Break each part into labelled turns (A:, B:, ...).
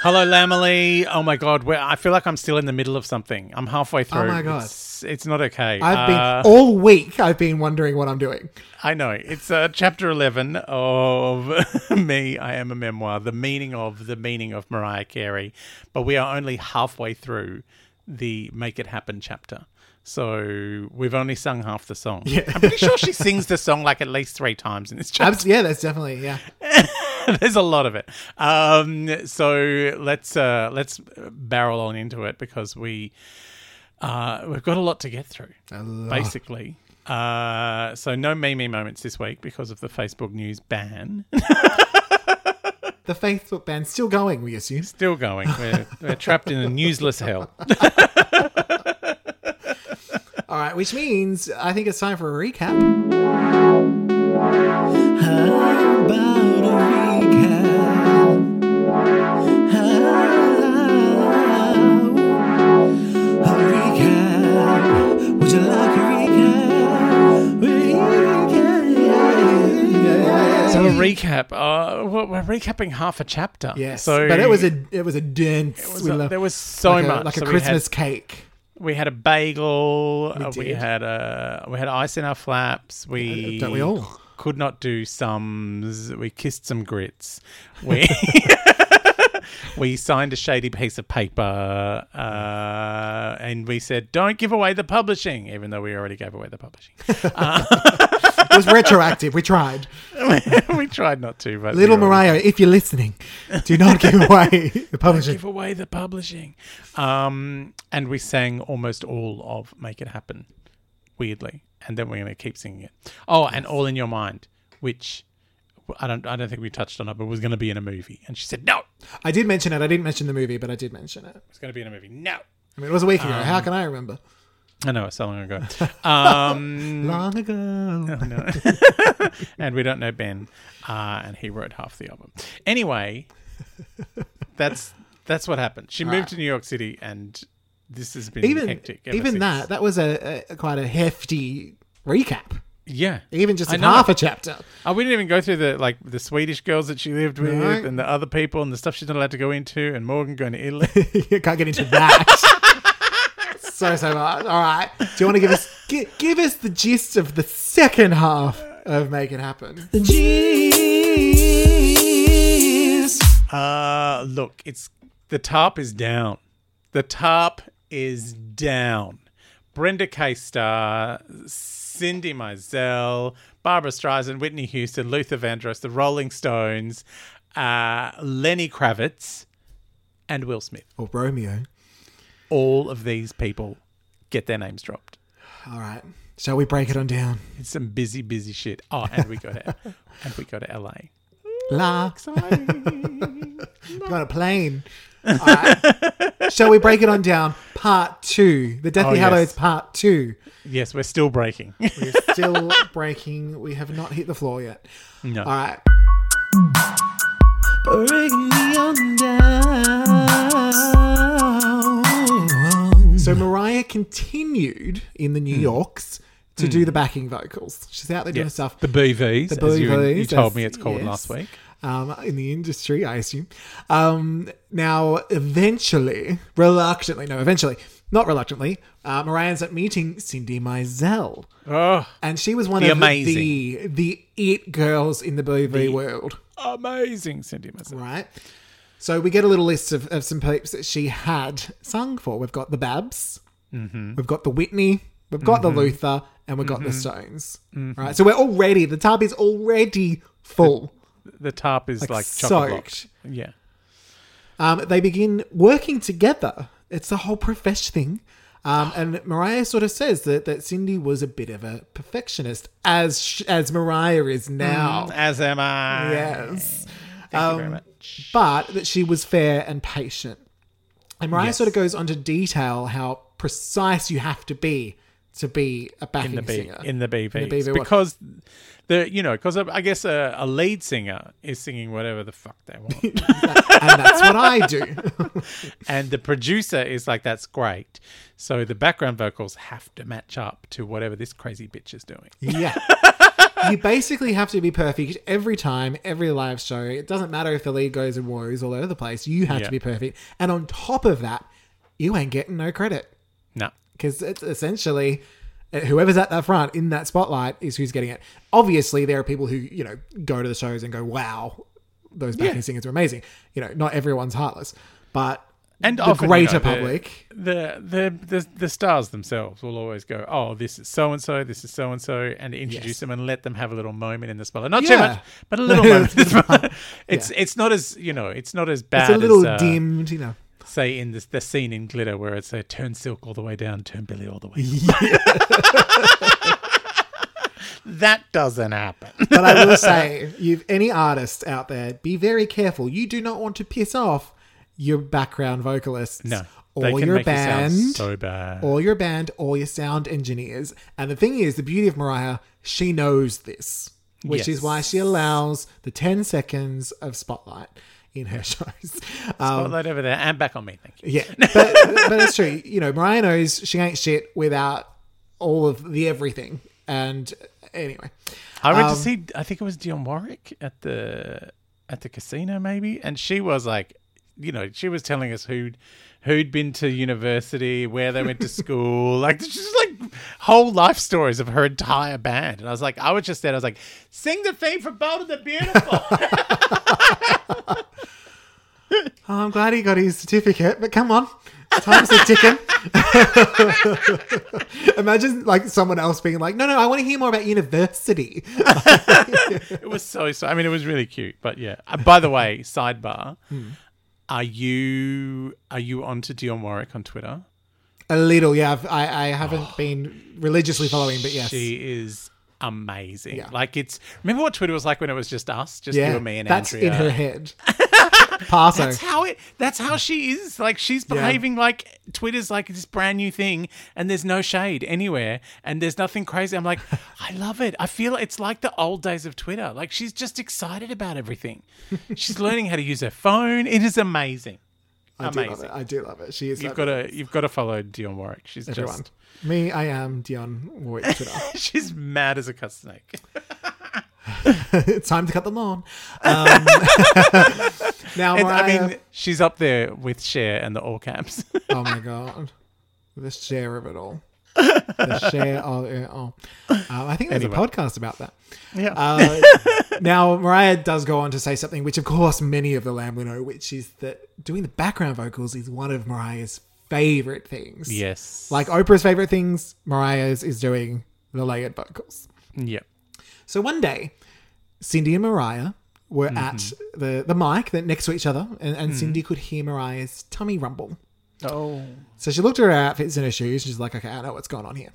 A: Hello, Lamely. Oh my God, we I feel like I'm still in the middle of something. I'm halfway through.
B: Oh my God.
A: it's, it's not okay.
B: I've been
A: Uh,
B: all week. I've been wondering what I'm doing.
A: I know it's uh, chapter eleven of me. I am a memoir. The meaning of the meaning of Mariah Carey, but we are only halfway through the Make It Happen chapter. So we've only sung half the song. Yeah. I'm pretty sure she sings the song like at least three times in this chapter.
B: Abs- yeah, that's definitely yeah.
A: There's a lot of it. Um, so let's uh, let's barrel on into it because we uh, we've got a lot to get through, basically. Uh, so no me me moments this week because of the Facebook news ban.
B: The Facebook band's still going. We assume.
A: Still going. We're, we're trapped in a newsless hell.
B: All right, which means I think it's time for a recap.
A: So a recap. Uh, we're, we're recapping half a chapter.
B: Yes,
A: So
B: but it was a it was a dense.
A: was
B: we
A: a-
B: love-
A: there was so
B: like a-
A: much.
B: like
A: So
B: a
A: we had-
B: Christmas cake.
A: We had a bagel. uh, We,
B: did.
A: had a we had ice in our flaps. We
B: Don't we all?
A: could not do sums. We kissed some grits. We we signed a shady piece of paper, uh, and we said, "Don't give away the publishing," even though we already gave away the publishing.
B: It was retroactive. We tried.
A: we tried not to, but we
B: Little
A: already-
B: Mariah, if you're listening, do not give away the publishing.
A: give away the publishing. Um, and we sang almost all of Make It Happen, weirdly. And then we're going to keep singing it. Oh, and All in Your Mind, which I don't, I don't think we touched on it, but was going to be in a movie. And she said, no,
B: I did mention it. I didn't mention the movie, but I did mention it.
A: it's going to be in a movie. No.
B: I mean, it was a week ago.
A: Um,
B: How can I remember?
A: I know, it's so long ago. Um,
B: Long ago.
A: no. and we don't know Ben, uh, and he wrote half the album. Anyway, that's that's what happened. She moved to New York City, and this has been
B: Ah. Even
A: hectic. ever
B: even
A: since.
B: that that was a, a quite a hefty recap.
A: yeah,
B: Even just
A: I
B: in
A: know.
B: half a chapter.
A: Oh, we didn't even go through the like the Swedish girls that she lived with
B: No.
A: and the other people and the stuff she's not allowed to go into and Morgan going to Italy.
B: you can't get into that. so so much. All right. Do you want to give us gi- give us the gist of the second half of Make It Happen? The gist.
A: uh look, it's the tarp is down. The tarp is down. Brenda K. Starr, Cindy Mizell, Barbara Streisand, Whitney Houston, Luther Vandross, the Rolling Stones, uh, Lenny Kravitz, and Will Smith.
B: Or Romeo.
A: All of these people get their names dropped.
B: All right. Shall we break it on down?
A: It's some busy, busy shit. Oh, and we go to and we go to LA.
B: La.
A: Exciting.
B: Got a plane. All right. Shall we break it on down? Part two. The Deathly
A: Oh, yes.
B: Hallows part two.
A: yes, we're still breaking.
B: We're still breaking. We have not hit the floor yet.
A: No.
B: All right. So
A: Mm.
B: Mariah continued in the New Yorks to do the backing vocals. She's out there doing
A: Mm. Yes.
B: stuff.
A: The BVs,
B: The
A: as you, you
B: BVs,
A: told
B: as-
A: me it's called
B: yes.
A: last week.
B: um, in the industry, I assume. Um, now, eventually, reluctantly, no, eventually, not reluctantly, uh, Mariah ends up meeting Cindy Mizell.
A: Oh,
B: And she was one
A: The
B: of
A: amazing.
B: the the it girls in the BV world,
A: amazing, Cindy Mazzella.
B: right? So we get a little list of, of some peeps that she had sung for. We've got the Babs, we've got the Whitney, we've got the Luther, and we've got the Stones. Right. So we're already the tub is already full.
A: The tarp is like,
B: like
A: like
B: soaked.
A: Yeah.
B: Um, they begin working together. It's the whole profesh thing. Um, and Mariah sort of says that, that Cindy was a bit of a perfectionist, as sh- as Mariah is now.
A: As am I.
B: Yes.
A: Mm. Thank you very much. speech.
B: but that she was fair and patient. And Mariah
A: Yes.
B: sort of goes on to detail how precise you have to be to be a backing
A: in the B,
B: singer.
A: in the BPs
B: BB what?
A: because the you know because I guess a, a lead singer is singing whatever the fuck they want,
B: and that's what I do.
A: and the producer is like that's great, so the background vocals have to match up to whatever this crazy bitch is doing.
B: yeah. You basically have to be perfect every time, every live show. It doesn't matter if the lead goes and woes all over the place. You have
A: Yeah.
B: to be perfect. And on top of that, you ain't getting no credit.
A: No,
B: because it's essentially uh, whoever's at that front in that spotlight is who's getting it. Obviously, there are people who you know go to the shows and go, "Wow, those backing singers are amazing." You know, not everyone's heartless, but
A: and
B: the
A: often, you
B: greater
A: know, the-
B: public.
A: the, the the the stars themselves will always go, oh, this is so and so, this is so and so, and introduce
B: Yes.
A: them and let them have a little moment in the spotlight. Not too
B: Yeah.
A: much, but a little moment. in the spotlight. It's it's not as you know, it's not as bad.
B: It's a little
A: as, uh,
B: dimmed, you know.
A: say in this the scene in glitter where it's a turn silk all the way down turn billy all the way that doesn't happen
B: But I will say, you any artist out there, be very careful. You do not want to piss off your background vocalists,
A: no
B: or
A: they can
B: your
A: make
B: band,
A: you sound so bad
B: or your band or your sound engineers. And the thing is, the beauty of Mariah, she knows this, which
A: Yes.
B: is why she allows the 10 seconds of spotlight in her shows. Um,
A: spotlight over there and back on me thank you
B: yeah, but, but it's true. You know, Mariah knows she ain't shit without all of the everything. And anyway,
A: i went to see i think it was dionne warwick at the at the casino maybe and she was like you know she was telling us who'd who'd been to university where they went to school like it's just like whole life stories of her entire band and i was like i was just there i was like sing the theme for bold and the beautiful
B: oh, I'm glad he got his certificate, but come on. Time's a ticking. Imagine like someone else being like, "No, no, I want to hear more about university."
A: It was so so. I mean, it was really cute. But yeah. Uh, by the way, sidebar: Are you are you onto Dionne Warwick on Twitter?
B: A little, yeah. I've, I, I haven't been religiously following, but yes.
A: Oh, She is amazing.
B: Yeah.
A: Like it's remember what Twitter was like when it was just us, just
B: yeah,
A: you and me and
B: that's
A: Andrea.
B: in her head. Paso.
A: That's how it. That's how she is. Like she's behaving like Twitter's like this brand new thing, and there's no shade anywhere, and there's nothing crazy. I'm like, I love it. I feel it's like the old days of Twitter. Like she's just excited about everything. she's learning how to use her phone. It is amazing.
B: I do love
A: amazing.
B: it. I do love it. She is.
A: You've got to you've got to follow Dion Warwick. She's
B: everyone. Me, I am Dion Warwick Twitter.
A: just she's mad as a cut snake.
B: it's time to cut the lawn. Um, now, uh,
A: And, I
B: Mariah-
A: mean, she's up there with Cher and the all caps.
B: oh my god, the share of it all. The share of it all. Um, I think there's
A: Anyway.
B: a podcast about that.
A: yeah.
B: Uh, now, Mariah does go on to say something, which of course many of the Lamb will know, which is that doing the background vocals is one of Mariah's favorite things.
A: yes.
B: Like Oprah's favorite things, Mariah's is doing the layered vocals.
A: Yep.
B: So one day, Cindy and Mariah were at
A: Mm-hmm.
B: the, the mic that next to each other, and, and
A: Mm.
B: Cindy could hear Mariah's tummy rumble.
A: Oh,
B: So she looked at her outfits and her shoes, and she's like, okay, I know what's going on here.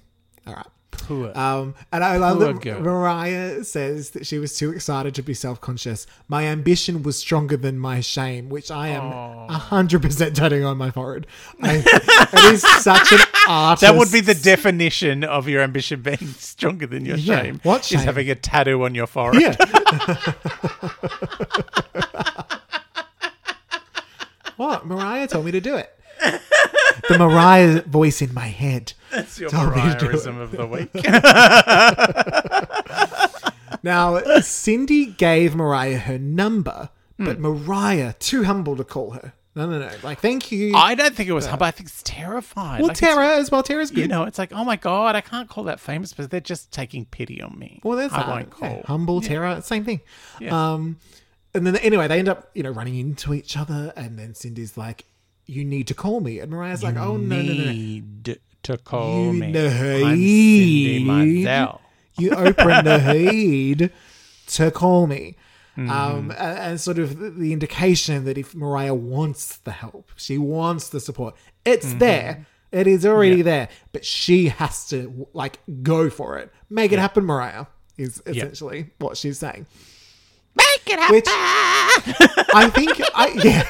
B: All right.
A: poor.
B: Um, and I love
A: Poor
B: that
A: girl.
B: Mariah says that she was too excited to be self conscious. My ambition was stronger than my shame, which I am
A: Oh.
B: 100% tatting on my forehead. I, it is such an artist.
A: That would be the definition of your ambition being stronger than your
B: Yeah,
A: shame.
B: what
A: Is
B: shame?
A: having a tattoo on your forehead.
B: Yeah. what? Mariah told me to do it. The Mariah voice in my head.
A: That's your
B: Tell me to Oh, do
A: Mariahism of the week.
B: Now, Cindy gave Mariah her number,
A: Hmm.
B: but Mariah, too humble to call her. No, no, no. Like, thank you.
A: I don't think it was humble. I think it's terrified.
B: well,
A: Like, it's-
B: Tara as well. Tara's good.
A: You know, it's like, oh my God, I can't call that famous, but they're just taking pity on me.
B: well, that's
A: I
B: uh,
A: won't
B: yeah,
A: call.
B: humble Tara. Same thing.
A: Yeah.
B: Um, and then anyway, they end up you know running into each other, and then Cindy's like, "You need to call me," and Mariah's like, "Oh no, no, no, no,
A: need to call
B: You
A: me. I'm Cindy
B: need-
A: Mizell.
B: you open the heed to call me. Um, a- and sort of the- the indication that if Mariah wants the help, she wants the support, it's there. It is already there, but she has to like go for it, make it happen. Mariah is essentially what she's saying.
A: Make it happen.
B: Which- I think I yeah,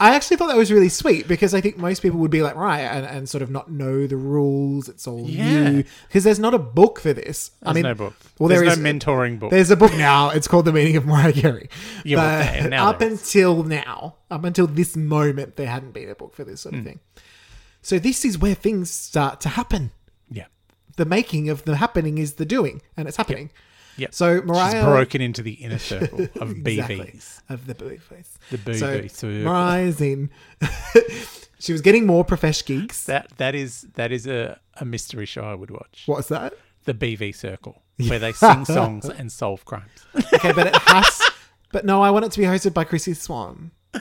B: I actually thought that was really sweet because I think most people would be like right and, and sort of not know the rules. It's all
A: Yeah.
B: new because there's not a book for this. I
A: There's
B: mean,
A: no book.
B: Well,
A: there's
B: there is
A: no mentoring book.
B: There's a book now. It's called The Meaning of Mariah Carey.
A: Yeah, well, there-
B: but
A: now
B: up
A: there
B: until now, up until this moment, there hadn't been a book for this sort
A: Hmm.
B: of thing. So this is where things start to happen.
A: yeah.
B: The making of the happening is the doing, and it's happening.
A: Yeah.
B: So
A: She's
B: Mariah
A: broken into the inner circle of
B: Exactly.
A: BVs.
B: Of the BVs.
A: The BV
B: So
A: circle.
B: Mariah's in. she was getting more profesh gigs.
A: That that is that is a, a mystery show I would watch.
B: What's that?
A: The BV circle, where they sing songs and solve crimes.
B: Okay, but it has. but no, I want it to be hosted by Chrissy Swan.
A: Oh,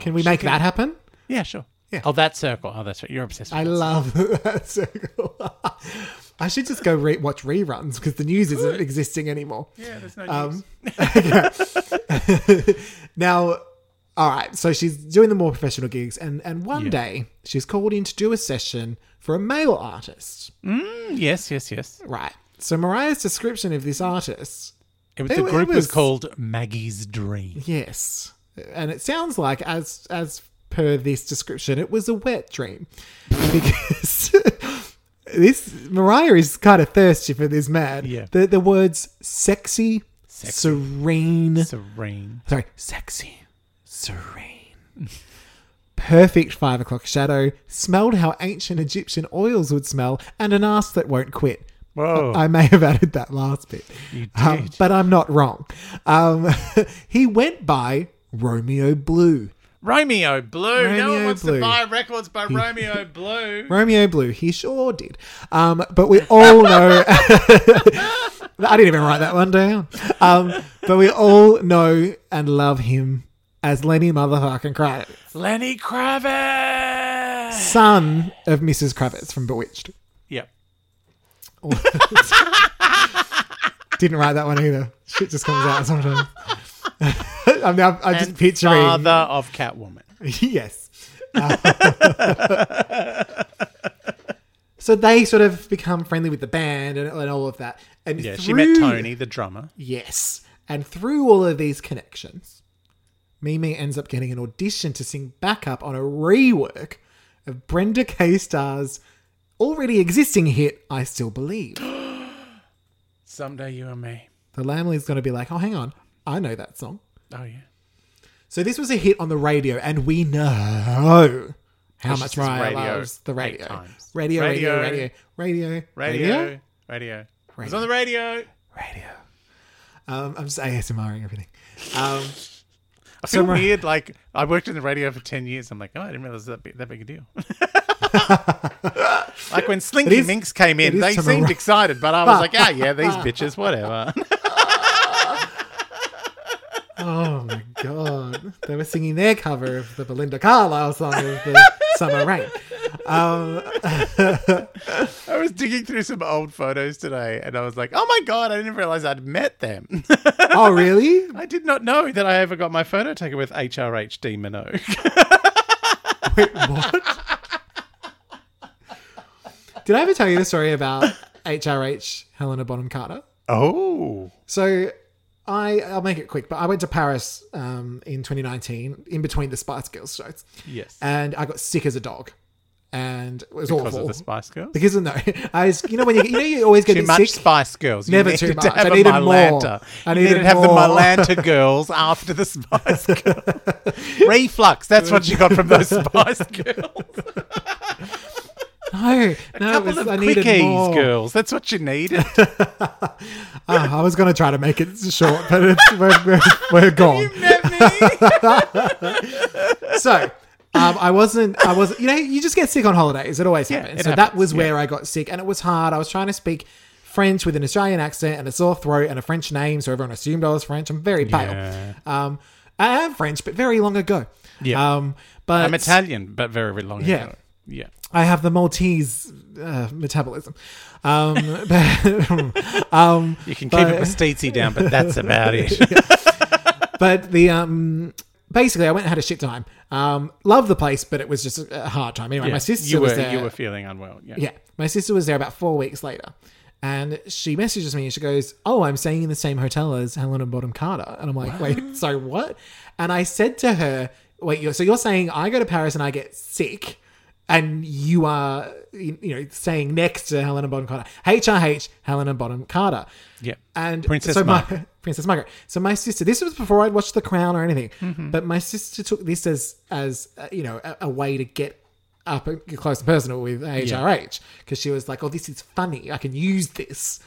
B: Can we make that happen?
A: Yeah, sure.
B: Yeah.
A: Oh, that circle. Oh, that's right. You're obsessed. With
B: I
A: that.
B: love that circle. I should just go re- watch reruns because the news isn't existing anymore. Um,
A: Yeah, there's no news.
B: Now, all right, so she's doing the more professional gigs, and, and one day she's called in to do a session for a male artist.
A: Mm, yes, yes, yes.
B: Right. So Mariah's description of this artist,
A: It was
B: It
A: the
B: wa- it
A: group was,
B: was-
A: called Maggie's Dream.
B: yes, and it sounds like as as per this description, it was a wet dream because this Mariah is kind of thirsty for this man.
A: Yeah.
B: The the words sexy,
A: Sexy.
B: serene,
A: Serene.
B: sorry, sexy, serene. Perfect five o'clock shadow, smelled how ancient Egyptian oils would smell, and an ass that won't quit.
A: Whoa.
B: I may have added that last bit.
A: Oh. You
B: Um,
A: did.
B: but I'm not wrong. Um, he went by Romeo Blue.
A: Romeo Blue. no one
B: Romeo
A: wants to
B: Blue.
A: buy records by Romeo Blue.
B: Romeo Blue, he sure did. Um, but we all know. I didn't even write that one down. Um, but we all know and love him as Lenny motherfucking Kravitz,
A: Lenny Kravitz.
B: son of Mrs. Kravitz from Bewitched.
A: Yep.
B: Didn't write that one either. Shit just comes out sometimes. I'm now. I'm just
A: And
B: picturing.
A: Father of Catwoman.
B: yes. Uh, so they sort of become friendly with the band and, and all of that. And
A: Yeah,
B: through,
A: she met Tony, the drummer.
B: Yes. And through all of these connections, Mimi ends up getting an audition to sing backup on a rework of Brenda K. Star's already existing hit, I Still Believe.
A: Someday you and me.
B: The Lamley's going to be like, oh, hang on, I know that song.
A: Oh yeah.
B: So this was a hit on the radio, and we know how
A: It's
B: much
A: just
B: Mariah
A: radio
B: loves the
A: eight
B: radio.
A: times.
B: Radio, radio,
A: Radio.
B: radio, radio,
A: Radio. Radio. It was on the radio.
B: radio. Um, I'm just ASMRing everything. Um,
A: I feel
B: Mar-
A: weird. Like I worked in the radio for ten years. I'm like, oh, I didn't realize that big, that big a deal. like when Slinky
B: is-
A: Minx came in,
B: it is
A: they
B: to my
A: seemed
B: right.
A: excited, but I was like, ah, yeah, these bitches, whatever.
B: oh my god, they were singing their cover of the Belinda Carlisle song of the Summer Rain.
A: I was digging through some old photos today, and I was like, oh my god, I didn't realize I'd met them.
B: Oh really?
A: I did not know that I ever got my photo taken with HRHD Minogue.
B: Wait, what? Did I ever tell you the story about HRH Helena Bonham Carter?
A: oh,
B: So I I'll make it quick, but I went to Paris um, in 2019 in between the Spice Girls shows,
A: yes,
B: and I got sick as a dog, and it was
A: because
B: awful.
A: of the Spice Girls.
B: because of no, I was, you know when you, you know you always get
A: too
B: a bit
A: much
B: sick.
A: Spice Girls. You
B: Never
A: needed
B: too
A: To
B: much.
A: have
B: I
A: a
B: needed
A: Milanta. You
B: more. I needed
A: needed to have the
B: more.
A: Milanta girls after the Spice Girls. Reflux. That's what you got from those Spice Girls.
B: No, no, it
A: Couple
B: was,
A: of
B: I needed
A: quickies,
B: more.
A: girls. That's what you needed.
B: Ah, I was going to try to make it short, but it's, we're, we're, we're gone. So. Um, I wasn't. I was. You know, you just get sick on holidays. It always happens.
A: it
B: so that
A: happens,
B: was
A: yeah.
B: where I got sick, and it was hard. I was trying to speak French with an Australian accent and a sore throat and a French name, so everyone assumed I was French. I'm very pale.
A: Yeah.
B: Um, I am French, but very long ago.
A: Yeah.
B: Um, but
A: I'm Italian, but very, very long
B: Yeah.
A: ago. Yeah.
B: I have the Maltese uh, metabolism. Um, but, um,
A: You can keep
B: But-
A: it with Steezy down, but that's about it.
B: but the um, basically, I went and had a shit time. Um, loved the place, but it was just a a hard time. Anyway, my sister
A: you were
B: was there.
A: you were feeling unwell. Yeah.
B: Yeah, my sister was there about four weeks later, And she messages me and she goes, Oh, I'm staying in the same hotel as Helena Bottom Carter. And I'm like, Wait, so what? And I said to her, Wait, you're, so you're saying I go to Paris and I get sick, and you are, you you know, staying next to Helena Bottom Carter. HRH, Helena Bottom Carter.
A: Yep.
B: And
A: Princess
B: so my,
A: Margaret.
B: Princess Margaret. So my sister, this was before I'd watched The Crown or anything, but my sister took this as as uh, you know a, a way to get up and get close and personal with HRH because she was like, "Oh, this is funny. I can use this."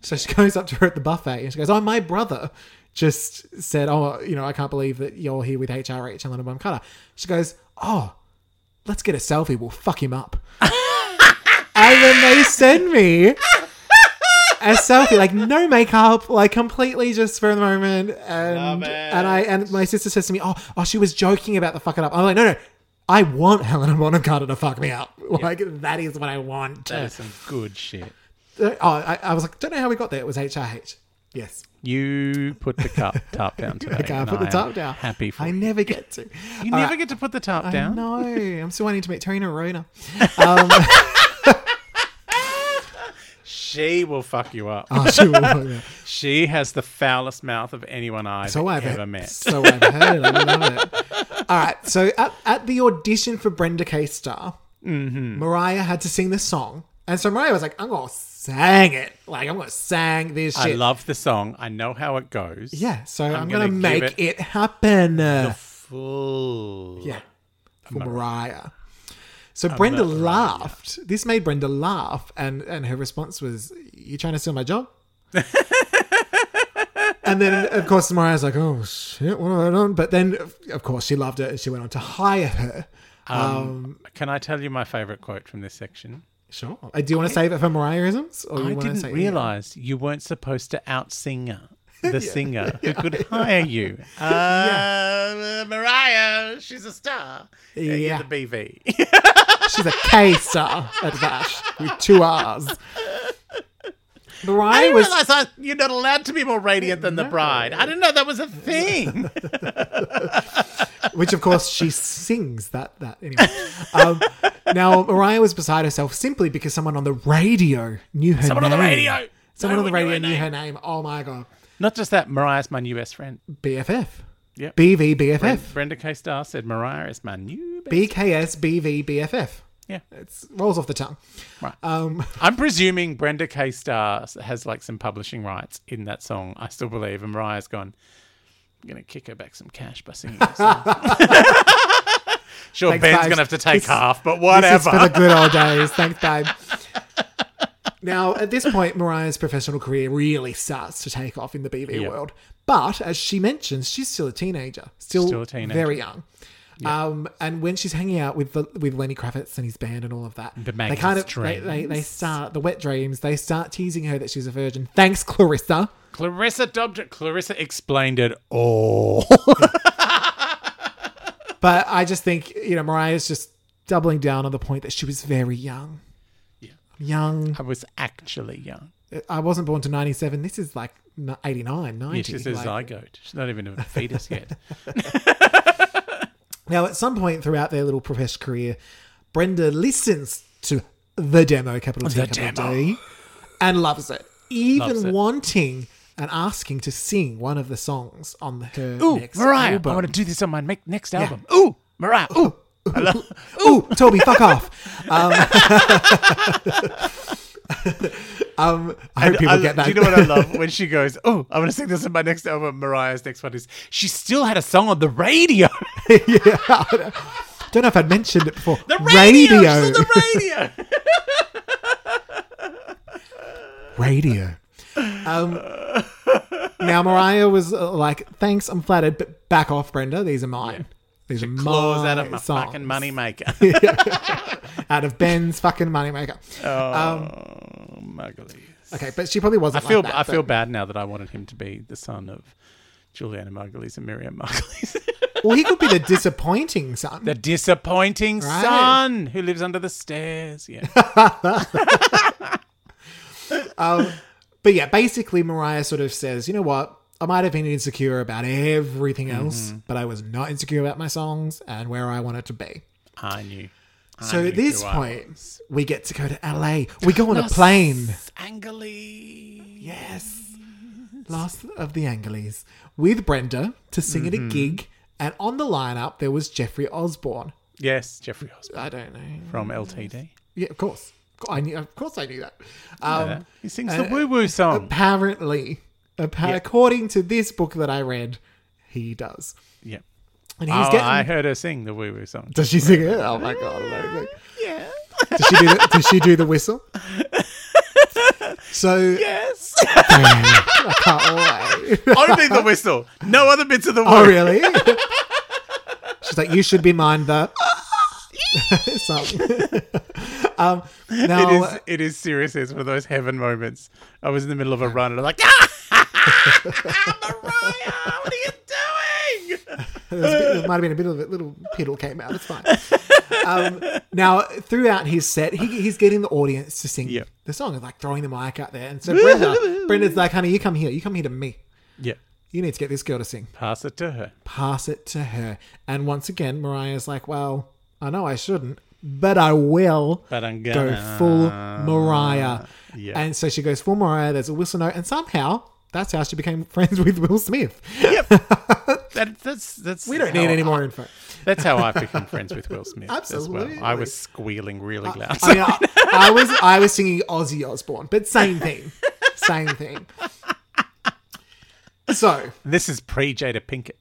B: so she goes up to her at the buffet and she goes, "Oh, my brother." Just said, oh, you know, I can't believe that you're here with HRH Helena Bonham Carter. She goes, oh, let's get a selfie. We'll fuck him up. and then they send me a selfie, like no makeup, like completely just for the moment. And
A: Love it.
B: and I and my sister says to me, "Oh, oh, she was joking about the fuck it up." I'm like, "No, no, I want Helena Bonham Carter to fuck me up. Like that is what I want."
A: That is some good shit.
B: Uh, oh, I, I was like, "Don't know how we got there." It was HRH. Yes,
A: You put the cup top down today.
B: okay, I
A: and
B: put the
A: am
B: top down.
A: Happy for
B: I
A: you.
B: never get to.
A: You never
B: All right.
A: get to put the top
B: I
A: down.
B: know. I'm still waiting to meet Tarina Rona.
A: She will fuck you up.
B: Oh, she will.
A: She has the foulest mouth of anyone I've
B: So I've
A: ever met.
B: So I've heard. I love it. All right. So at, at the audition for Brenda K. Star,
A: Mm-hmm.
B: Mariah had to sing this song, and so Mariah was like, "I'm gonna sang it. Like I'm gonna sang this
A: I
B: shit."
A: love the song. I know how it goes.
B: yeah. So I'm,
A: gonna
B: gonna,
A: give
B: make
A: it
B: it, happen.
A: Full.
B: yeah. For Mariah. So Brenda laughed. This made Brenda laugh, and and her response was, "You trying to steal my job?" and then, of course, Mariah's like, "Oh shit, what have I done?" But then, of- of course, she loved it, and she went on to hire her.
A: Can I tell you my favorite quote from this section?
B: Sure. Uh, do you want to save it for Mariahisms? Or
A: I
B: you wanna
A: didn't
B: say-
A: realize you weren't supposed to out singer the singer who could hire you. Uh, Mariah, she's a star. Yeah, you're
B: Yeah.
A: the BV.
B: She's a K star at that with two R's.
A: I
B: Mariah
A: didn't
B: was
A: realize I, you're not allowed to be more radiant than the bride. I didn't know that was a thing.
B: which of course she sings that that anyway. Um, now Mariah was beside herself simply because someone on the radio knew her
A: Someone on
B: name.
A: the radio!
B: Someone
A: No
B: on the
A: one
B: radio
A: knew her
B: knew
A: name.
B: her name. Oh my god,
A: Not just that, Mariah's my new best friend.
B: BFF,
A: Yep.
B: BV BFF,
A: Brenda K. Star said Mariah is my new best
B: BKS BV BFF.
A: Yeah.
B: It rolls off the tongue.
A: Right.
B: Um,
A: I'm presuming Brenda K. Star has like some publishing rights in that song. I still believe. And Mariah's gone, I'm going to kick her back some cash by singing this song. sure,
B: Thanks,
A: Ben's
B: babes.
A: going to have to take
B: This-
A: half, but
B: This is
A: whatever.
B: for the good old days. Thanks, babe. Now, at this point, Mariah's professional career really starts to take off in the BV
A: Yeah.
B: world. But as she mentions, she's still a teenager, still,
A: Still a teenager.
B: very young. Um, and when she's hanging out with the, with Lenny Kravitz and his band and all of that,
A: The
B: they kind of they,
A: Magnus
B: they, they start the wet dreams. They start teasing her that she's a virgin. Thanks, Clarissa.
A: Clarissa Dobjek. Clarissa explained it all.
B: But I just think you know Mariah's just doubling down on the point that she was very young.
A: Yeah.
B: Young.
A: I was actually young.
B: I wasn't born to 97. This is like n- 89, 90.
A: Yeah, she's a
B: like-
A: zygote. She's not even a fetus yet.
B: now, at some point throughout their little professional career, Brenda listens to the demo, capital T,
A: The
B: capital
A: demo.
B: D, and loves it. Even
A: Loves it.
B: wanting and asking to sing one of the songs on her
A: Ooh,
B: next
A: Mariah.
B: album.
A: I want to do this on my make- next album. Ooh, Mariah. Ooh. I love-
B: Ooh, Toby, fuck off. Um, um, I hope
A: And
B: people
A: I-
B: get that.
A: Do you know what I love? When she goes, Oh, I want to sing this in my next album. Mariah's next one is, She still had a song on the radio.
B: Don't know if I'd mentioned it before.
A: The radio. She's on the radio.
B: radio. Um, now Mariah was uh, like, "Thanks, I'm flattered, but back off, Brenda. These are mine. These are
A: Claws
B: my
A: out of my
B: songs.
A: fucking moneymaker.
B: out of Ben's fucking moneymaker."
A: oh, Margulies.
B: Okay, but she probably
A: I
B: wasn't.
A: feel,
B: like that,
A: I
B: but-
A: feel bad now that I wanted him to be the son of Juliana Margulies and Miriam Margulies.
B: Well, he could be the disappointing son.
A: the disappointing
B: Right.
A: son who lives under the stairs. Yeah.
B: But yeah, basically, Mariah sort of says, you know what? I might have been insecure about
A: Mm-hmm.
B: everything else, but I was not insecure about my songs and where I wanted to be.
A: I knew.
B: So
A: knew
B: at this
A: who I
B: point,
A: was.
B: we get to go to LA. We go on a plane.
A: Los Angeles.
B: Yes. Last of the Angeles with Brenda to sing at
A: Mm-hmm.
B: a gig. And on the lineup, there was Jeffrey Osborne.
A: Yes, Jeffrey Osborne
B: I don't know.
A: from LTD.
B: Yeah, of course. I knew, of course, I knew that. Um,
A: Yeah. Uh, Oh. he sings the woo woo song.
B: Apparently, appa- according to this book that I read, he does.
A: yeah.
B: And
A: Oh,
B: he's getting.
A: I heard her sing the woo woo song.
B: Does she sing it? Oh my god! I don't know.
A: Yeah.
B: Does she do the, does she do the whistle? So
A: Yes.
B: I can't wait.
A: Only the whistle. No other bits of the
B: Oh,
A: whistle.
B: really? She's like, you should be mine, though. Something. um,
A: It
B: now,
A: is, it is seriously, it's one of those heaven moments. I was in the middle of a run and I'm like, ah, Mariah, what are you doing?
B: there's a bit- there might have been a bit of a little piddle came out. It's fine. Um, now, throughout his set, he, he's getting the audience to sing
A: Yep.
B: the song and like throwing the mic out there. And so Brenda, Brenda's like, honey, you come here. You come here to me.
A: Yeah.
B: You need to get this girl to sing.
A: Pass it to her.
B: Pass it to her. And once again, Mariah's like, well, I know I shouldn't, but I will.
A: But I'm
B: go
A: gonna
B: full Mariah.
A: yeah.
B: And so she goes full Mariah. There's a whistle note, and somehow that's how she became friends with Will Smith.
A: Yep. that, that's that's.
B: We don't
A: how
B: need any
A: I-
B: more info.
A: That's how I've become friends with Will Smith. As
B: Absolutely.
A: well. I was squealing really loud.
B: I, mean, I, I was I was singing Ozzy Osbourne, but same thing, same thing. So
A: this is pre Jada Pinkett.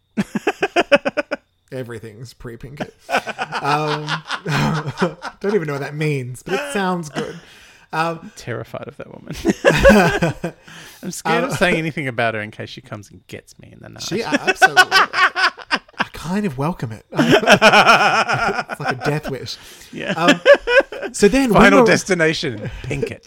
B: everything's pre Pinkett. Um, don't even know what that means, but it sounds good.
A: Terrified of that woman. I'm scared of saying anything about her in case she comes and gets me in the night.
B: Uh, She absolutely. I kind of welcome it. it's like a death wish. Um,
A: yeah.
B: So then, when
A: Final
B: Mar-
A: destination, Pinkett.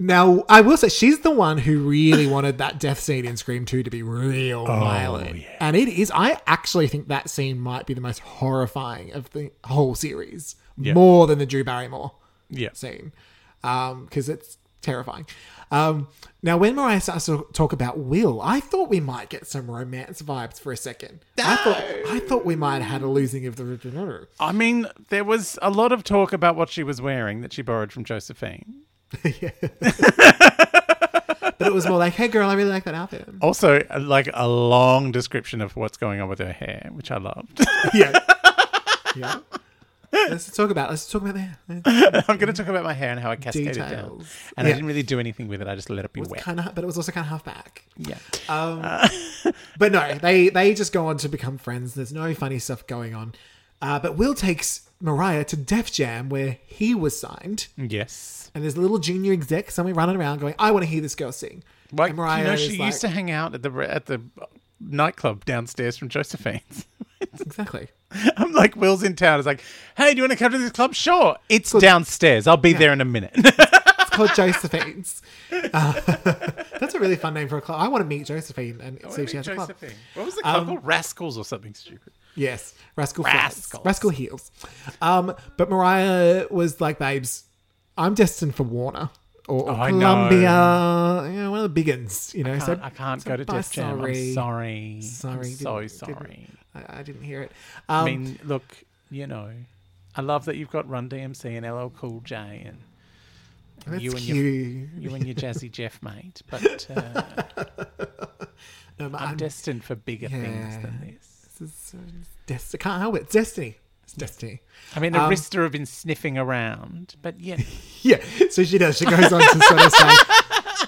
B: Now, I will say she's the one who really wanted that death scene in Scream 2 to be real
A: Oh,
B: violent. And it is. I actually think that scene might be the most horrifying of the whole series, more than the Drew Barrymore
A: yeah.
B: scene, because it's terrifying. Um, now, when Mariah starts to talk about Will, I thought we might get some romance vibes for a second. I thought I thought we might have had a losing of the.
A: I mean, there was a lot of talk about what she was wearing that she borrowed from Josephine.
B: But it was more like, hey, girl, I really like that outfit.
A: Also, uh, like a long description of what's going on with her hair, which I loved.
B: yeah. Yeah. Let's talk about let's talk about that.
A: I'm going to talk about my hair and how I cascaded down.
B: Details.
A: And I
B: Yeah.
A: didn't really do anything with it. I just let it be wet.
B: Kind of, but it was also kind of half back.
A: yeah. Uh,
B: Um, but no, they they just go on to become friends. There's no funny stuff going on. Uh, but Will takes Mariah to Def Jam where he was signed,
A: Yes.
B: and there's a little junior exec somewhere running around going, "I want to hear this girl sing."
A: Like,
B: and Mariah
A: you know,
B: is
A: she
B: like-
A: used to hang out at the at the nightclub downstairs from Josephine's.
B: exactly.
A: I'm like, Will's in town. It's like, hey, do you want to come to this club? Sure. It's downstairs. I'll be there in a minute.
B: It's called Josephine's. Uh, that's a really fun name for a club. I want to meet Josephine and see if she has a club.
A: Josephine. What was the club called? Rascals or something stupid.
B: Yes, Rascal Rascal
A: Rascals.
B: Rascal Heels. Um, but Mariah was like, "Babes, I'm destined for Warner or, or
A: Oh, I
B: Columbia, you know, one of the big uns, you know."
A: I
B: so
A: can't- I can't
B: so
A: go to
B: bye,
A: Def Jam. I'm sorry.
B: Sorry,
A: I'm so
B: didn't- didn't-
A: sorry.
B: I, I didn't hear it.
A: I
B: Um,
A: mean, look, you know, I love that you've got Run DMC and LL Cool J and, and
B: that's
A: you and your
B: cute.
A: you and your jazzy Jeff mate, but uh,
B: No, but
A: I'm,
B: I'm-
A: destined for bigger things than this.
B: this is- it's dest- I can't help it. It's destiny. It's destiny.
A: I mean,
B: Um,
A: Arista have been sniffing around, but yeah,
B: Yeah. So she does. She goes on to sort of say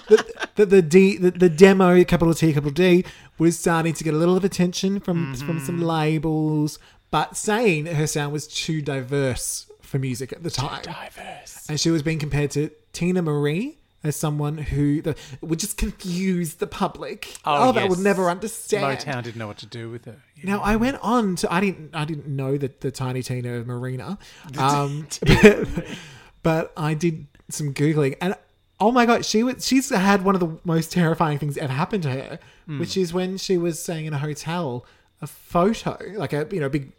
B: that the, the D the, the demo capital T capital D was starting to get a little of attention from from
A: Mm-hmm.
B: some labels, but saying that her sound was too diverse for music at the time,
A: diverse.
B: and she was being compared to Tina Marie. As someone who the, would just confuse the public, oh, that would
A: yes.
B: never understand.
A: Motown didn't know what to do with her. Yeah.
B: Now I went on to I didn't I didn't know that the Tiny Tina Marina, um, but, but I did some googling and oh my god she was she's had one of the most terrifying things ever happen to her, which is when she was staying in a hotel, a photo like a you know big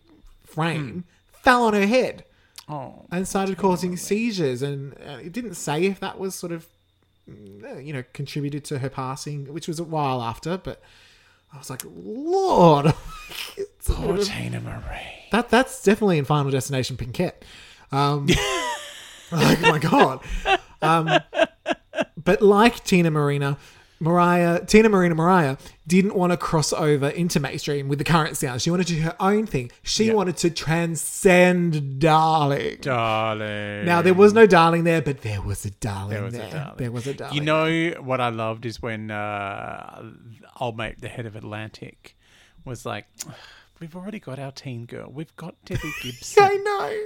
B: frame fell on her head
A: Oh,
B: and started causing seizures and uh, it didn't say if that uh, was sort of mm, you know contributed to her passing, which was a while after, but I was like, Lord. It's-
A: Poor Tina Marie.
B: that that's definitely in Final Destination Pinkett. Um, like, oh my god. Um, but like Tina Marina, Mariah, Tina Marina Mariah didn't want to cross over into mainstream with the current sound. She wanted to do her own thing. She wanted to transcend darling.
A: Darling.
B: Now there was no darling there, but there was a darling there.
A: was a darling.
B: There was a darling.
A: You know what I loved is when uh, old mate, the head of Atlantic, was like, "We've already got our teen girl. We've got Debbie Gibson."
B: I know.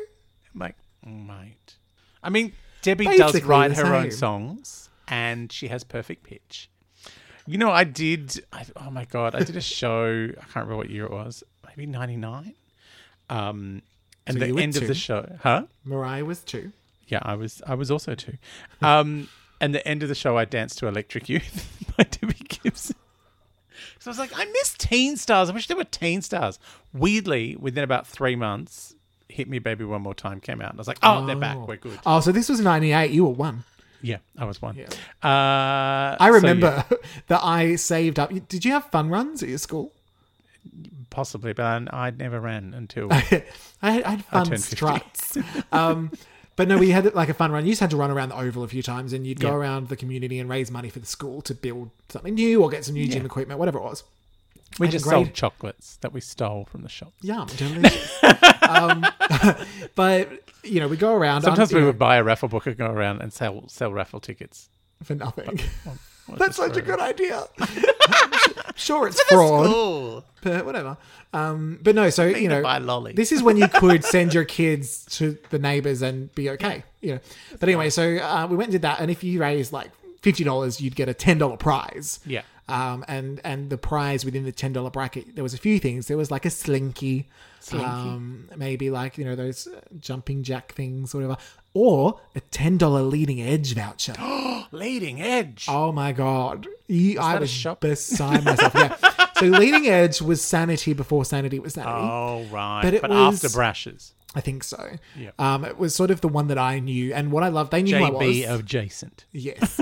A: I'm like, mate. I mean, Debbie does
B: Basically
A: write
B: the
A: her own
B: same.
A: songs, and she has perfect pitch. You know, I did. I, oh my god, I did a show. I can't remember what year it was. Maybe '99. Um, and
B: So you
A: the
B: were
A: end of
B: two?
A: the show, huh?
B: Mariah was two.
A: Yeah, I was I was also too. Um, and the end of the show, I danced to Electric Youth by Debbie Gibson. So I was like, I miss Teen Stars. I wish there were Teen Stars. Weirdly, within about three months, Hit Me Baby One More Time came out. And I was like, oh, they're back. We're good.
B: Oh, so this was ninety eight. You were one.
A: Yeah, I was one. Uh,
B: I
A: so,
B: remember
A: yeah,
B: that I saved up. Did you have fun runs at your school?
A: possibly, but I, I never ran until
B: I had, I had fun
A: turned 50.
B: struts. um, but no, we had like a fun run. You just had to run around the oval a few times and you'd go
A: Yeah.
B: around the community and raise money for the school to build something new or get some new gym equipment, whatever it was.
A: we
B: had a
A: just
B: grade-
A: sold chocolates that we stole from the shop.
B: Yum, delicious. um, but, you know, we go around.
A: Sometimes
B: um,
A: we
B: you
A: would buy a raffle book and go around and sell sell raffle tickets.
B: know, For nothing.
A: Well,
B: That's
A: just
B: such
A: for-
B: a good idea. I'm sure, it's fraud,
A: Cool.
B: but whatever. Um, but no, so, you
A: to
B: know,
A: buy lollies.
B: this is when you could send your kids to the neighbors and be okay, you know. But anyway, so uh, we went and did that, and if you raised like fifty dollars, you'd get a ten dollar prize.
A: Yeah.
B: Um, and and the prize within the ten dollar bracket, there was a few things. There was like a slinky,
A: Slinky.
B: Um, maybe like you know those uh, jumping jack things, or whatever, or a ten dollar leading edge voucher.
A: Leading edge.
B: Oh my god, you, I
A: that a
B: was
A: shop?
B: beside myself. Yeah. So leading edge was sanity before sanity was sanity.
A: Oh right,
B: But
A: but,
B: it
A: after
B: was-
A: brashes,
B: I think so.
A: Yeah.
B: Um, it was sort of the one that I knew, and what I loved, they knew who I was.
A: JB adjacent.
B: Yes,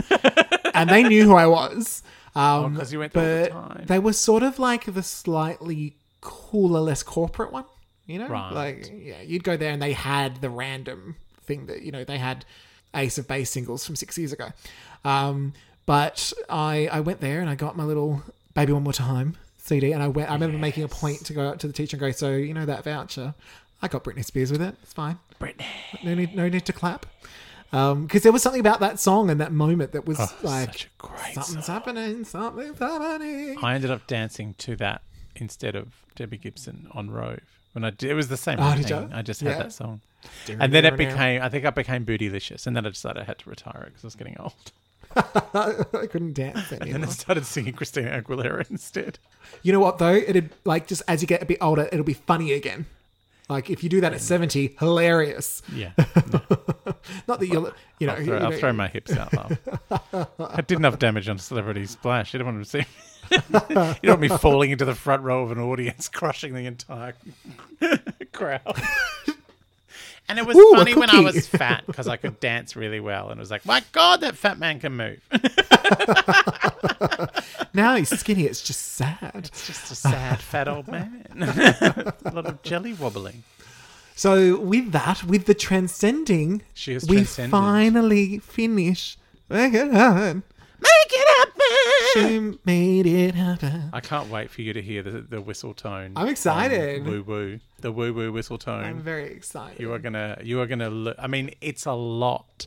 B: and they knew who I was. Um,
A: Oh, 'cause you went there all the
B: but
A: time.
B: they were sort of like the slightly cooler, less corporate one. You know,
A: Right.
B: like yeah, you'd go there and they had the random thing that you know they had Ace of Base singles from six years ago. Um, but I I went there and I got my little baby one more time CD, and I went. I remember making a point to go up to the teacher and go, so you know that voucher. I got Britney Spears with it. It's fine.
A: Brittany.
B: No need, no need to clap. Because there was something about that song and that moment that was like,
A: Oh, Such a great. song.
B: something's happening, something's happening.
A: I ended up dancing to that instead of Debbie Gibson on Rove. When I did, it was the same
B: Oh, did
A: routine.
B: you?
A: I just
B: Yeah.
A: had that song, and then it became. I think I became bootylicious, and then I decided I had to retire it because I was getting old.
B: I couldn't dance
A: And
B: anymore.
A: I started singing Christina Aguilera instead.
B: you know what, though? It'd like, just as you get a bit older, it'll be funny again. Like, if you do that at 70, hilarious.
A: Yeah,
B: Not that you'll, you know,
A: I'll,
B: you
A: throw, I'll
B: know-
A: throw my hips out. Love. I did enough damage on Celebrity Splash. You don't want to see. you don't want me falling into the front row of an audience, crushing the entire crowd. And it was
B: Ooh, a
A: funny when I
B: cookie.
A: was fat because I could dance really well, and it was like, my God, that fat man can move.
B: now he's skinny. It's just sad.
A: It's just a sad fat old man. a lot of jelly wobbling.
B: So, with that, with the transcending,
A: She is
B: we
A: transcendent.
B: finally finish. Make it happen.
A: Make it happen.
B: She made it happen.
A: I can't wait for you to hear the, the whistle tone.
B: I'm excited.
A: Woo woo, the woo woo whistle tone.
B: I'm very excited.
A: You are gonna, you are gonna. Look, I mean, it's a lot.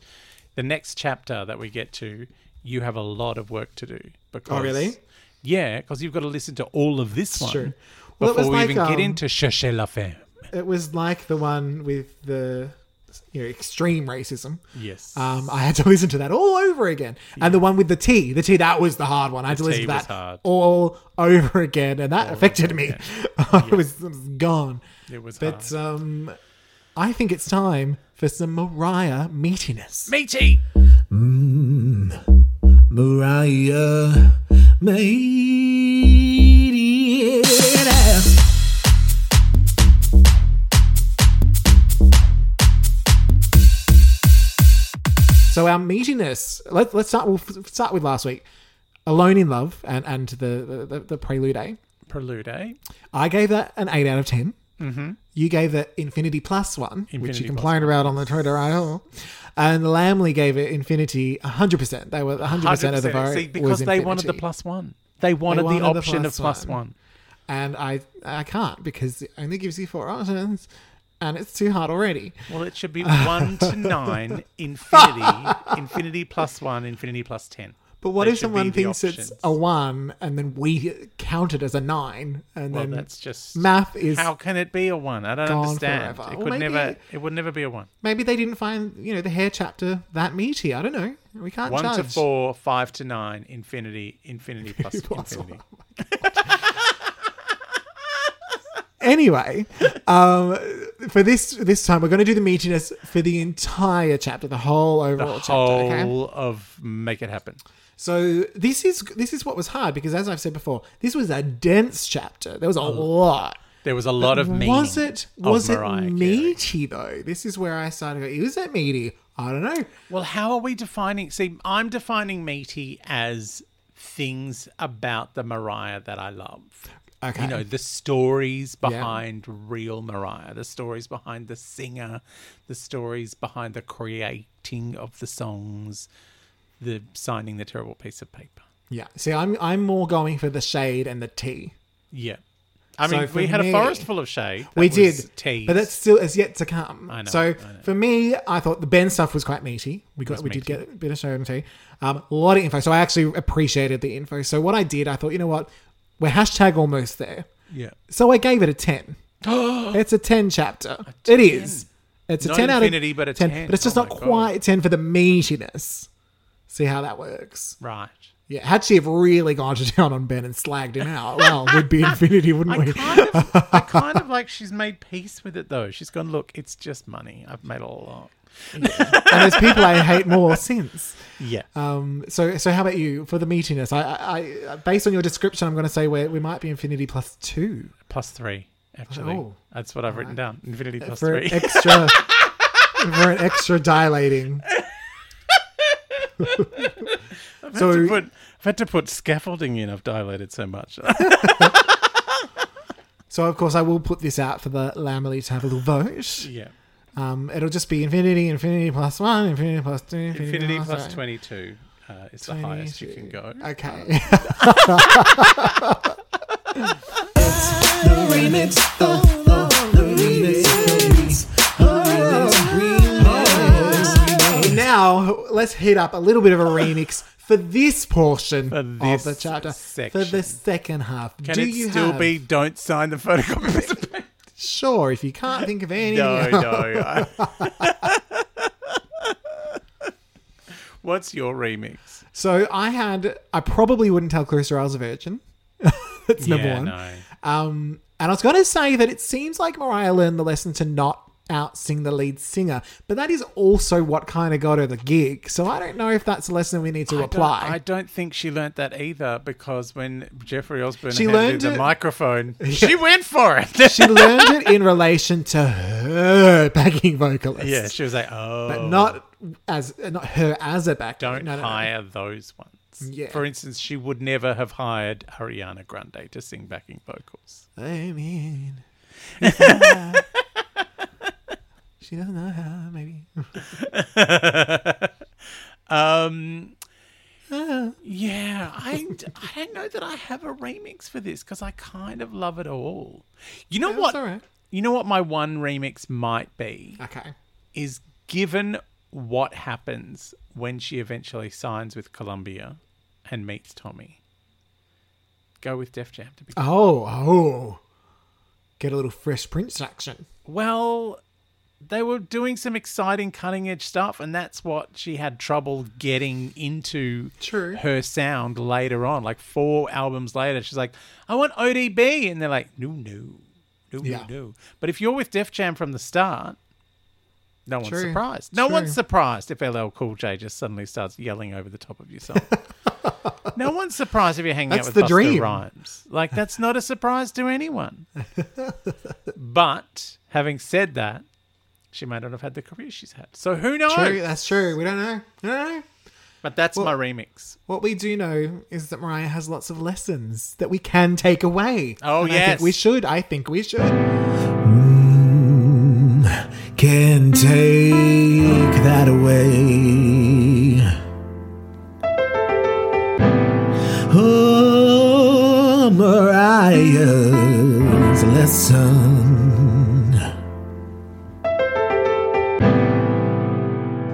A: The next chapter that we get to, you have a lot of work to do. Because,
B: Oh, really?
A: Yeah, because you've got to listen to all of this one
B: true. Well, it
A: before
B: was
A: we
B: like,
A: even
B: um,
A: get into Cherchez la Femme.
B: It was like the one with the you know extreme racism.
A: Yes.
B: Um, I had to listen to that all over again, and the one with the tea, the tea that was the hard one. I had to listen
A: tea
B: to
A: was
B: that
A: hard.
B: all over again, and that affected me. I was, I was gone.
A: it was
B: But um, I think it's time for some Mariah meatiness.
A: meaty.
B: Mariah made it out. So our meatiness. Let's let's start. We'll f- start with last week. Alone in Love and, and the, the, the Prelude A.
A: Prelude, eh?
B: I gave that an 8 out of 10. Mm-hmm. You gave it Infinity Plus 1, which
A: Infinity
B: you
A: Plus
B: complained about on the Twitter IO. And Lamley gave it Infinity 100%. They were 100%, of the
A: 100%.
B: vote.
A: See,
B: was
A: because they wanted the
B: Infinity.
A: plus one. They wanted,
B: wanted
A: the
B: the
A: option
B: plus
A: of plus
B: one.
A: one.
B: And I, I can't because it only gives you four options and it's too hard already.
A: Well, it should be one to nine, infinity, infinity plus one, infinity plus ten.
B: But what
A: They
B: if
A: should be
B: someone
A: the
B: thinks it's
A: options.
B: a one and then we count it as a nine and
A: Well,
B: then
A: that's just
B: math is
A: How can it be a one? I don't
B: gone
A: understand.
B: forever.
A: It
B: Well,
A: could
B: maybe-
A: never. It would never be a one.
B: maybe they didn't find you know the hair chapter that meaty. I don't know. We can't
A: One
B: judge.
A: to four, five to nine, infinity, infinity plus
B: Plus
A: infinity.
B: Anyway, um, for this this time we're going to do the meatiness for the entire chapter, the whole
A: The
B: overall chapter. okay?
A: whole of make it happen.
B: So this is this is what was hard because as I've said before, this was a dense chapter. There was a lot.
A: There was a lot of meaning.
B: was it was
A: of
B: it
A: Mariah Carey.
B: meaty though? This is where I started going, is it meaty? I don't know.
A: Well, how are we defining? See, I'm defining meaty as things about the Mariah that I love.
B: Okay.
A: You know, the stories behind real Mariah, the stories behind the singer, the stories behind the creating of the songs, the signing the terrible piece of paper.
B: yeah. See, I'm I'm more going for the shade and the tea.
A: Yeah. I
B: So
A: mean,
B: for
A: we had
B: me-
A: a forest full of shade. That
B: we
A: was
B: did,
A: Teased.
B: but that's still is yet to come.
A: know,
B: so
A: I know.
B: for me, I thought the Ben stuff was quite meaty. We got we did get a bit of show and tea, um, a lot of info. So I actually appreciated the info. So what I did, I thought, you know what, we're hashtag almost there.
A: yeah.
B: So I gave it a ten. it's a ten chapter. It is. It's a
A: Oh. Not
B: ten out of
A: infinity, but a 10.
B: But it's just
A: Oh
B: not
A: my God.
B: quite ten for the meatiness. See how that works.
A: Right.
B: Yeah, had she have really gone to town on Ben and slagged him out, well, we'd be infinity, wouldn't
A: I
B: we?
A: kind of, I kind of like she's made peace with it though. She's gone. Look, it's just money. I've made a lot.
B: and there's people I hate more since.
A: Yeah.
B: Um, so, so how about you for the meatiness? I, I, I based on your description, I'm going to say we we might be infinity plus two
A: plus three, actually.
B: Oh. Uh,
A: That's what I've written down. Infinity plus
B: for
A: three.
B: an extra for an extra dilating.
A: I've, had
B: so
A: to put, I've had to put scaffolding in. I've dilated so much.
B: so of course I will put this out for the Lamely to have a little vote.
A: yeah.
B: Um, it'll just be infinity, infinity plus one, infinity plus two, infinity,
A: Infinity plus
B: three.
A: 22 uh, is the highest you can go.
B: Okay. Now let's hit up a little bit of a remix for this portion
A: this
B: of the chapter for
A: section.
B: the second half.
A: Can
B: Do
A: it
B: you
A: still
B: have-
A: be don't sign the photocopy piece of paper?
B: sure if you can't think of any?
A: No, no. I- What's your remix?
B: So I had I probably wouldn't tell Clarissa I was a virgin. That's number
A: yeah,
B: one.
A: no.
B: Um, and I was going to say that it seems like Mariah learned the lesson to not out sing the lead singer, but that is also what kind of got her the gig. So I don't know if that's a lesson we need to
A: I don't-
B: apply.
A: I don't think she learnt that either because when Jeffrey Osborne
B: She
A: handed
B: learned
A: the
B: it-
A: microphone, she went for it.
B: she learned it in relation to her backing vocalist.
A: yeah, she was like, oh,
B: But not as not her as a back.
A: don't
B: no, no, no.
A: hire those ones.
B: Yeah.
A: For instance, she would never have hired Ariana Grande to sing backing vocals.
B: I mean, she doesn't know how. Maybe.
A: Um, yeah, I, I don't know that I have a remix for this because I kind of love it all. You know
B: That's
A: what?
B: all right.
A: You know what my one remix might be
B: Okay.
A: is given what happens when she eventually signs with Columbia and meets Tommy. Go with Def Jam to be
B: Oh, oh. Get a little fresh prince action.
A: Well, they were doing some exciting cutting edge stuff, and that's what she had trouble getting into
B: True.
A: her sound later on. Like four albums later, she's like, I want ODB. And they're like, no, no, no,
B: Yeah.
A: no, no. But if you're with Def Jam from the start, no one's
B: True.
A: surprised. No
B: True.
A: one's surprised if LL Cool J just suddenly starts yelling over the top of your song. no one's surprised if you're hanging
B: That's
A: out with
B: the
A: Busta
B: dream.
A: Rhymes. Like that's not a surprise to anyone. But having said that, she may not have had the career she's had. So who knows?
B: True, that's true. We don't know. We don't know.
A: But that's my remix.
B: What we do know is that Mariah has lots of lessons that we can take away.
A: Oh,
B: and I
A: yes.
B: think we should. I think we should. Mm, can take that away. Oh, Mariah's lesson.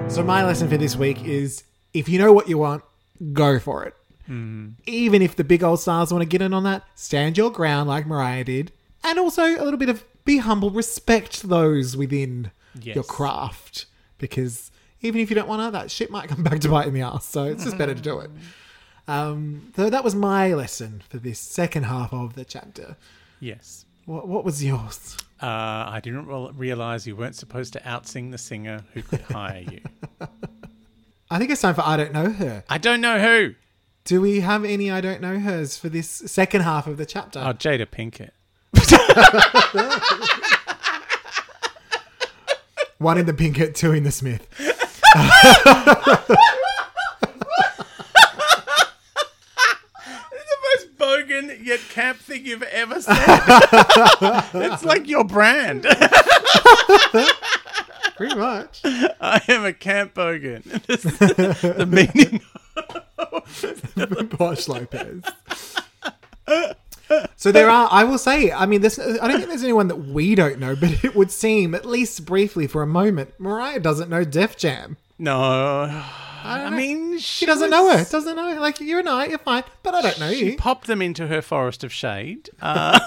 B: So, my lesson for this week is if you know what you want, go for it. Even if the big old stars want to get in on that, stand your ground like Mariah did. And also a little bit of be humble, respect those within
A: Yes.
B: your craft. Because even if you don't want to, that shit might come back to bite you in the ass. So, it's just better to do it. Um, so, that was my lesson for this second half of the chapter.
A: Yes.
B: What, what was yours?
A: Uh, I didn't re- realize you weren't supposed to outsing the singer who could hire you.
B: I think it's time for I Don't Know Her.
A: I don't know who.
B: Do we have any I Don't Know Hers for this second half of the chapter?
A: Oh, Jada Pinkett.
B: One in the Pinkett, two in the Smith.
A: The most bogan yet camp thing you've ever said. it's like your brand.
B: Pretty much.
A: I am a camp bogan. This is the meaning.
B: Posh Lopez. So there are. I will say. I mean, this. I don't think there's anyone that we don't know, but it would seem, at least briefly for a moment, Mariah doesn't know Def Jam.
A: No, I,
B: know.
A: mean she,
B: She doesn't
A: was-
B: know her. Doesn't know. her. Like you and I, you're fine, but I don't know
A: She
B: you.
A: popped them into her forest of shade. Uh,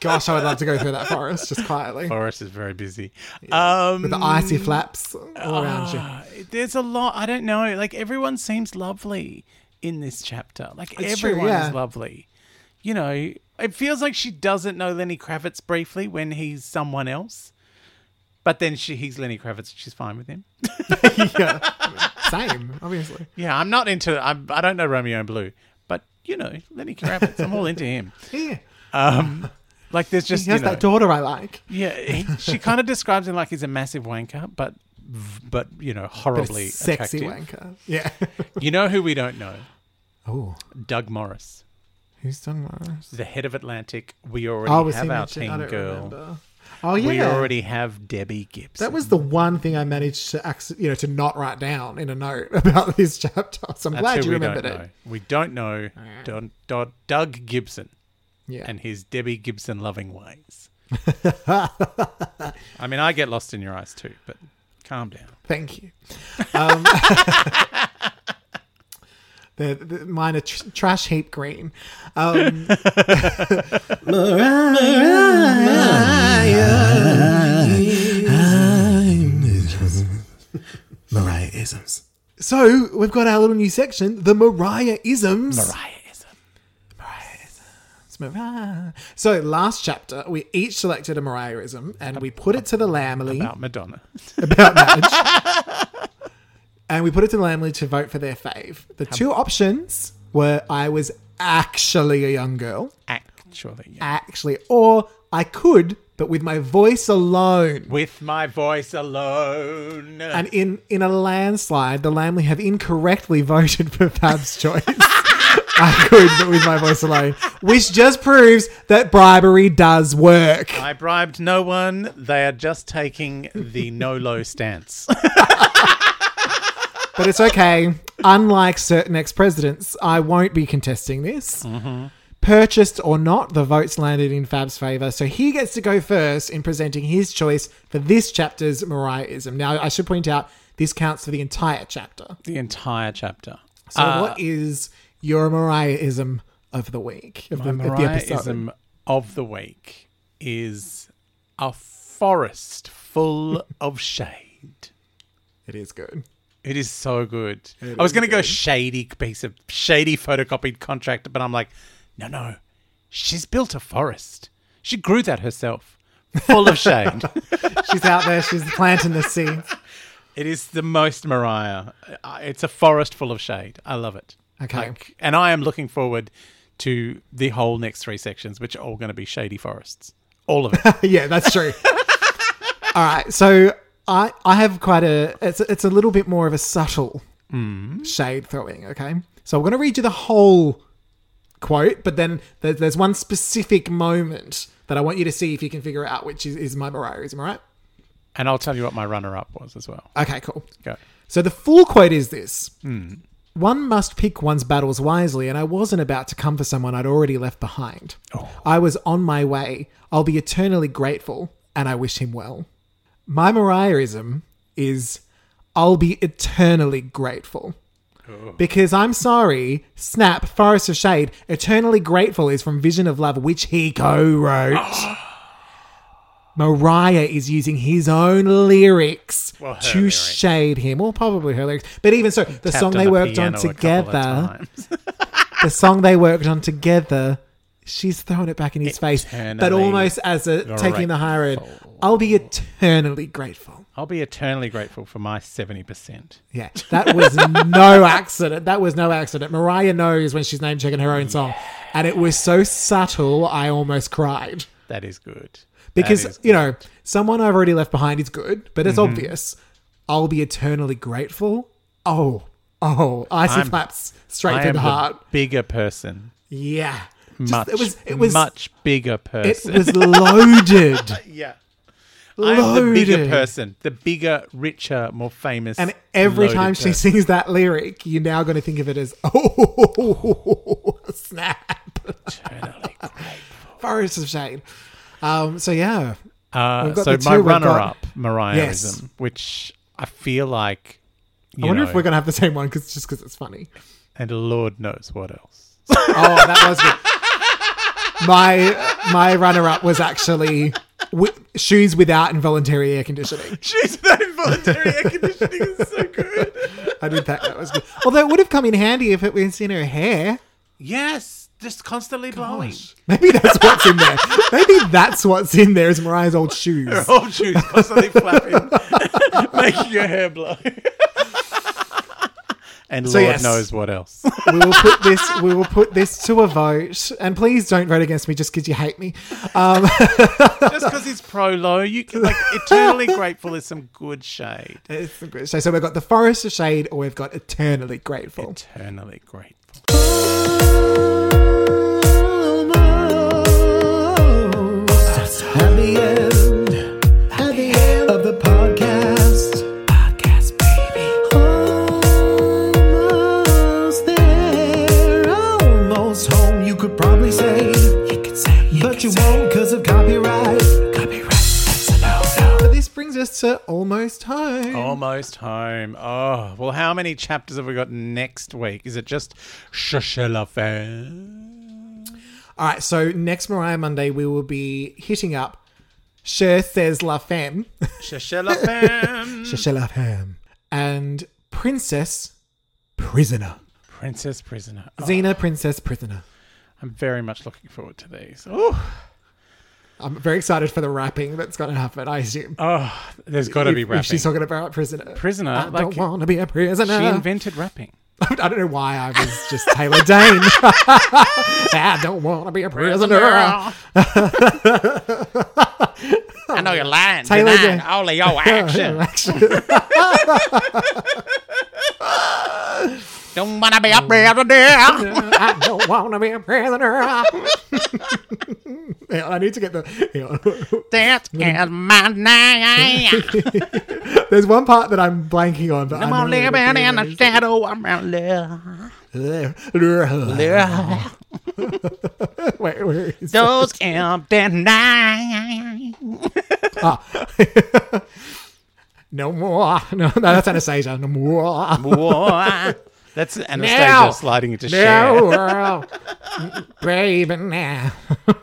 B: Gosh, I would love to go through that forest just quietly
A: forest is very busy.
B: with
A: Um,
B: the icy flaps all around you.
A: Ah. there's a lot. I don't know. Like everyone seems lovely in this chapter. Like
B: It's true,
A: everyone
B: yeah.
A: is lovely. You know, it feels like she doesn't know Lenny Kravitz briefly when he's someone else, but then she he's Lenny Kravitz. She's fine with him.
B: Same, obviously.
A: Yeah, I'm not into. I'm, I don't know Romeo and Blue, but you know Lenny Kravitz. I'm all into him.
B: Yeah,
A: Um, like there's just
B: he has
A: you know,
B: that daughter I like.
A: yeah. He, she kind of describes him like he's a massive wanker, but but you know
B: But a
A: horribly
B: sexy
A: attractive.
B: wanker. Yeah.
A: You know who we don't know?
B: oh,
A: Doug Morris,
B: who's done Morris?
A: the head of Atlantic. We already
B: Oh, was he
A: have our
B: mentioned? I
A: teen
B: don't
A: girl.
B: remember. Oh yeah.
A: We already have Debbie Gibson.
B: That was the one thing I managed to, acc- you know, to not write down in a note about this chapter. So I'm
A: That's
B: glad
A: who
B: you
A: we
B: remembered
A: don't
B: it.
A: Know. We don't know Don, Don, Doug Gibson.
B: Yeah,
A: and his Debbie Gibson loving ways. I mean, I get lost in your eyes too, but calm down.
B: thank you. Um, the, the, mine are tr- trash heap green. Um,
C: Mariah isms.
B: so we've got our little new section, the Mariah isms.
A: Mariahism.
B: It's Mariah. So last chapter, we each selected a Mariahism and we put it to the Lamely.
A: About Madonna.
B: about marriage. and we put it to the landlady to vote for their fave. The two options were I was actually a young girl,
A: Actually, yeah.
B: actually, or I could, but with my voice alone.
A: With my voice alone.
B: And in, in a landslide, the Lamley have incorrectly voted for Fab's choice. I could, but with my voice alone, which just proves that bribery does work.
A: I bribed no one. They are just taking the no low stance.
B: But it's okay. Unlike certain ex presidents, I won't be contesting this. Purchased or not, the votes landed in Fab's favour, so he gets to go first in presenting his choice for this chapter's Mariahism. Now, I should point out this counts for the entire chapter.
A: the entire chapter.
B: So, what is your Mariahism of the week? Of
A: The
B: the, of the episode?
A: Mariahism of the week is a forest full of shade.
B: It is good.
A: It is so good. I was going to go shady piece of shady photocopied contract, but I'm like, no, no. She's built a forest. She grew that herself, full of shade.
B: She's out there, she's planting the seeds.
A: it is the most Mariah. Uh, It's a forest full of shade. I love it.
B: Okay.
A: and I am looking forward to the whole next three sections, which are all going to be shady forests. All of it.
B: yeah, that's true. All right, so I I have quite a it's it's a little bit more of a subtle shade throwing, okay? So I'm going to read you the whole quote, but then there- there's one specific moment that I want you to see if you can figure out which is, is my Mariahism, all right?
A: And I'll tell you what my runner up was as well.
B: Okay, cool.
A: Go.
B: So the full quote is this One must pick one's battles wisely, and I wasn't about to come for someone I'd already left behind.
A: Oh.
B: I was on my way. I'll be eternally grateful, and I wish him well. My Mariahism is I'll be eternally grateful.
A: Oh.
B: Because I'm sorry, Snap, Forest of Shade, Eternally Grateful is from Vision of Love, which he co wrote. Mariah is using his own lyrics
A: Well, her
B: to
A: lyrics.
B: shade him, or probably her lyrics. But even so, the
A: Tapped
B: song they
A: the
B: worked on
A: piano a couple of
B: together,
A: times.
B: the song they worked on together, she's throwing it back in his face, but
A: Eternally
B: almost as a taking the higher end. I'll be eternally grateful.
A: I'll be eternally grateful for my 70%.
B: Yeah, that was no accident. That was no accident. Mariah knows when she's name checking her own song, and it was so subtle. I almost cried
A: That is good. Mm-hmm. That
B: because
A: is
B: you know someone I've already left behind is good, but it's obvious. I'll be eternally grateful. Oh, oh, icy
A: I'm-
B: flaps
A: good.
B: straight
A: I
B: through
A: am
B: the heart.
A: the bigger person.
B: Yeah, Just-
A: Much,
B: it was it was
A: much bigger
B: it
A: person.
B: was loaded,
A: yeah. I'm the bigger
B: Loaded.
A: person, the bigger, richer, more famous.
B: and every
A: loaded
B: time she
A: person.
B: sings that lyric, you're now going to think of it as oh snap.
A: eternally grateful.
B: Forest of Shade. Um, so yeah,
A: Uh,
B: We've got
A: so
B: the
A: my
B: two, we've got-
A: runner-up, Mariahism,
B: Yes.
A: which I feel like, you
B: I wonder
A: know,
B: if we're gonna have the same one because just because it's funny.
A: and Lord knows what else.
B: Oh, that was good. my my runner up was actually wi- shoes without involuntary air conditioning.
A: Jeez, that involuntary air conditioning is so good.
B: I did that. That was good. Although it would have come in handy if it was in her hair.
A: Yes, just constantly blowing.
B: Maybe that's what's in there. Maybe that's what's in there is Mariah's old shoes.
A: Oh, shoes constantly flapping, making your hair blow. and
B: So
A: Lord
B: yes.
A: knows what else.
B: we will put this we will put this to a vote. And please don't vote against me just because you hate me. Um,
A: just because he's pro low, you can like eternally grateful is some good shade.
B: It's a good shade. So we've got the forest of shade, or we've got eternally grateful.
A: Eternally grateful.
B: Happy end. Happy end of the podcast. Podcast, baby. Almost there. Almost home, you could probably say. You could say. but you won't because of copyright. Copyright, that's a no-no. But this brings us to almost home.
A: Almost home. Oh, well, how many chapters have we got next week? Is it just Shashalafan?
B: All right, so next Mariah Monday, we will be hitting up Cher Says La Femme.
A: Shashalafan.
B: Cher La Femme. And Princess Prisoner.
A: Princess Prisoner. Oh,
B: Xena Princess Prisoner.
A: I'm very much looking forward to these. Oh,
B: I'm very excited for the rapping that's going to happen, I assume.
A: oh there's got to
B: If-
A: be
B: if
A: rapping.
B: she's talking about prisoner.
A: Prisoner,
B: I
A: like-
B: don't want to be a prisoner.
A: she invented rapping.
B: I don't know why I was just Taylor Dane. I don't want to be a prisoner.
A: I know you're lying.
B: Taylor
A: denying
B: J-
A: all of your action. Don't wanna be a prisoner.
B: I don't want to be a prisoner. Hang on, I need to get the. hang on.
A: That is my name.
B: There's one part that I'm blanking on, but I'm
A: I'm on living in the shadow. I'm out there.
B: Wait, where is it?
A: Those empty nights.
B: ah. No more. No, no, that's Anastasia. No more.
A: Boy. That's Anastasia
B: Now.
A: sliding into
B: No
A: share.
B: world. Baby, now.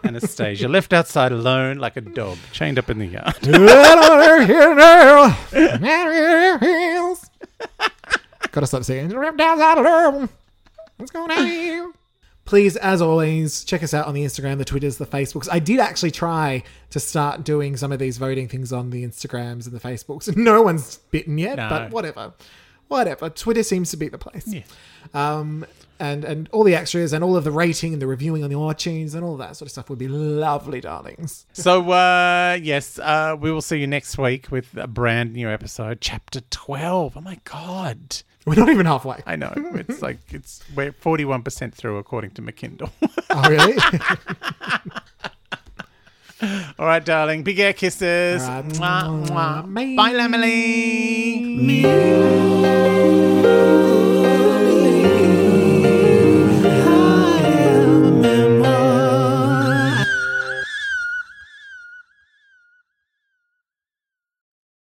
A: Anastasia left outside alone like a dog, chained up in the yard.
B: Gotta stop singing. What's going on here? Please, as always, check us out on the Instagram, the Twitters, the Facebooks. I did actually try to start doing some of these voting things on the Instagrams and the Facebooks. No one's bitten yet,
A: No.
B: but whatever. whatever. Twitter seems to be the place.
A: Yeah.
B: Um, and and all the extras and all of the rating and the reviewing on the iTunes and all that sort of stuff would be lovely, darlings.
A: So, uh, yes, uh, we will see you next week with a brand new episode, Chapter 12. Oh my God.
B: We're not even halfway.
A: I know. It's like, it's we're 41% through, according to McKindle.
B: Oh really?
A: All right, darling. Big air kisses.
B: All right.
A: Mwah, mwah.
B: Bye.
A: Bye, Emily.
B: Me.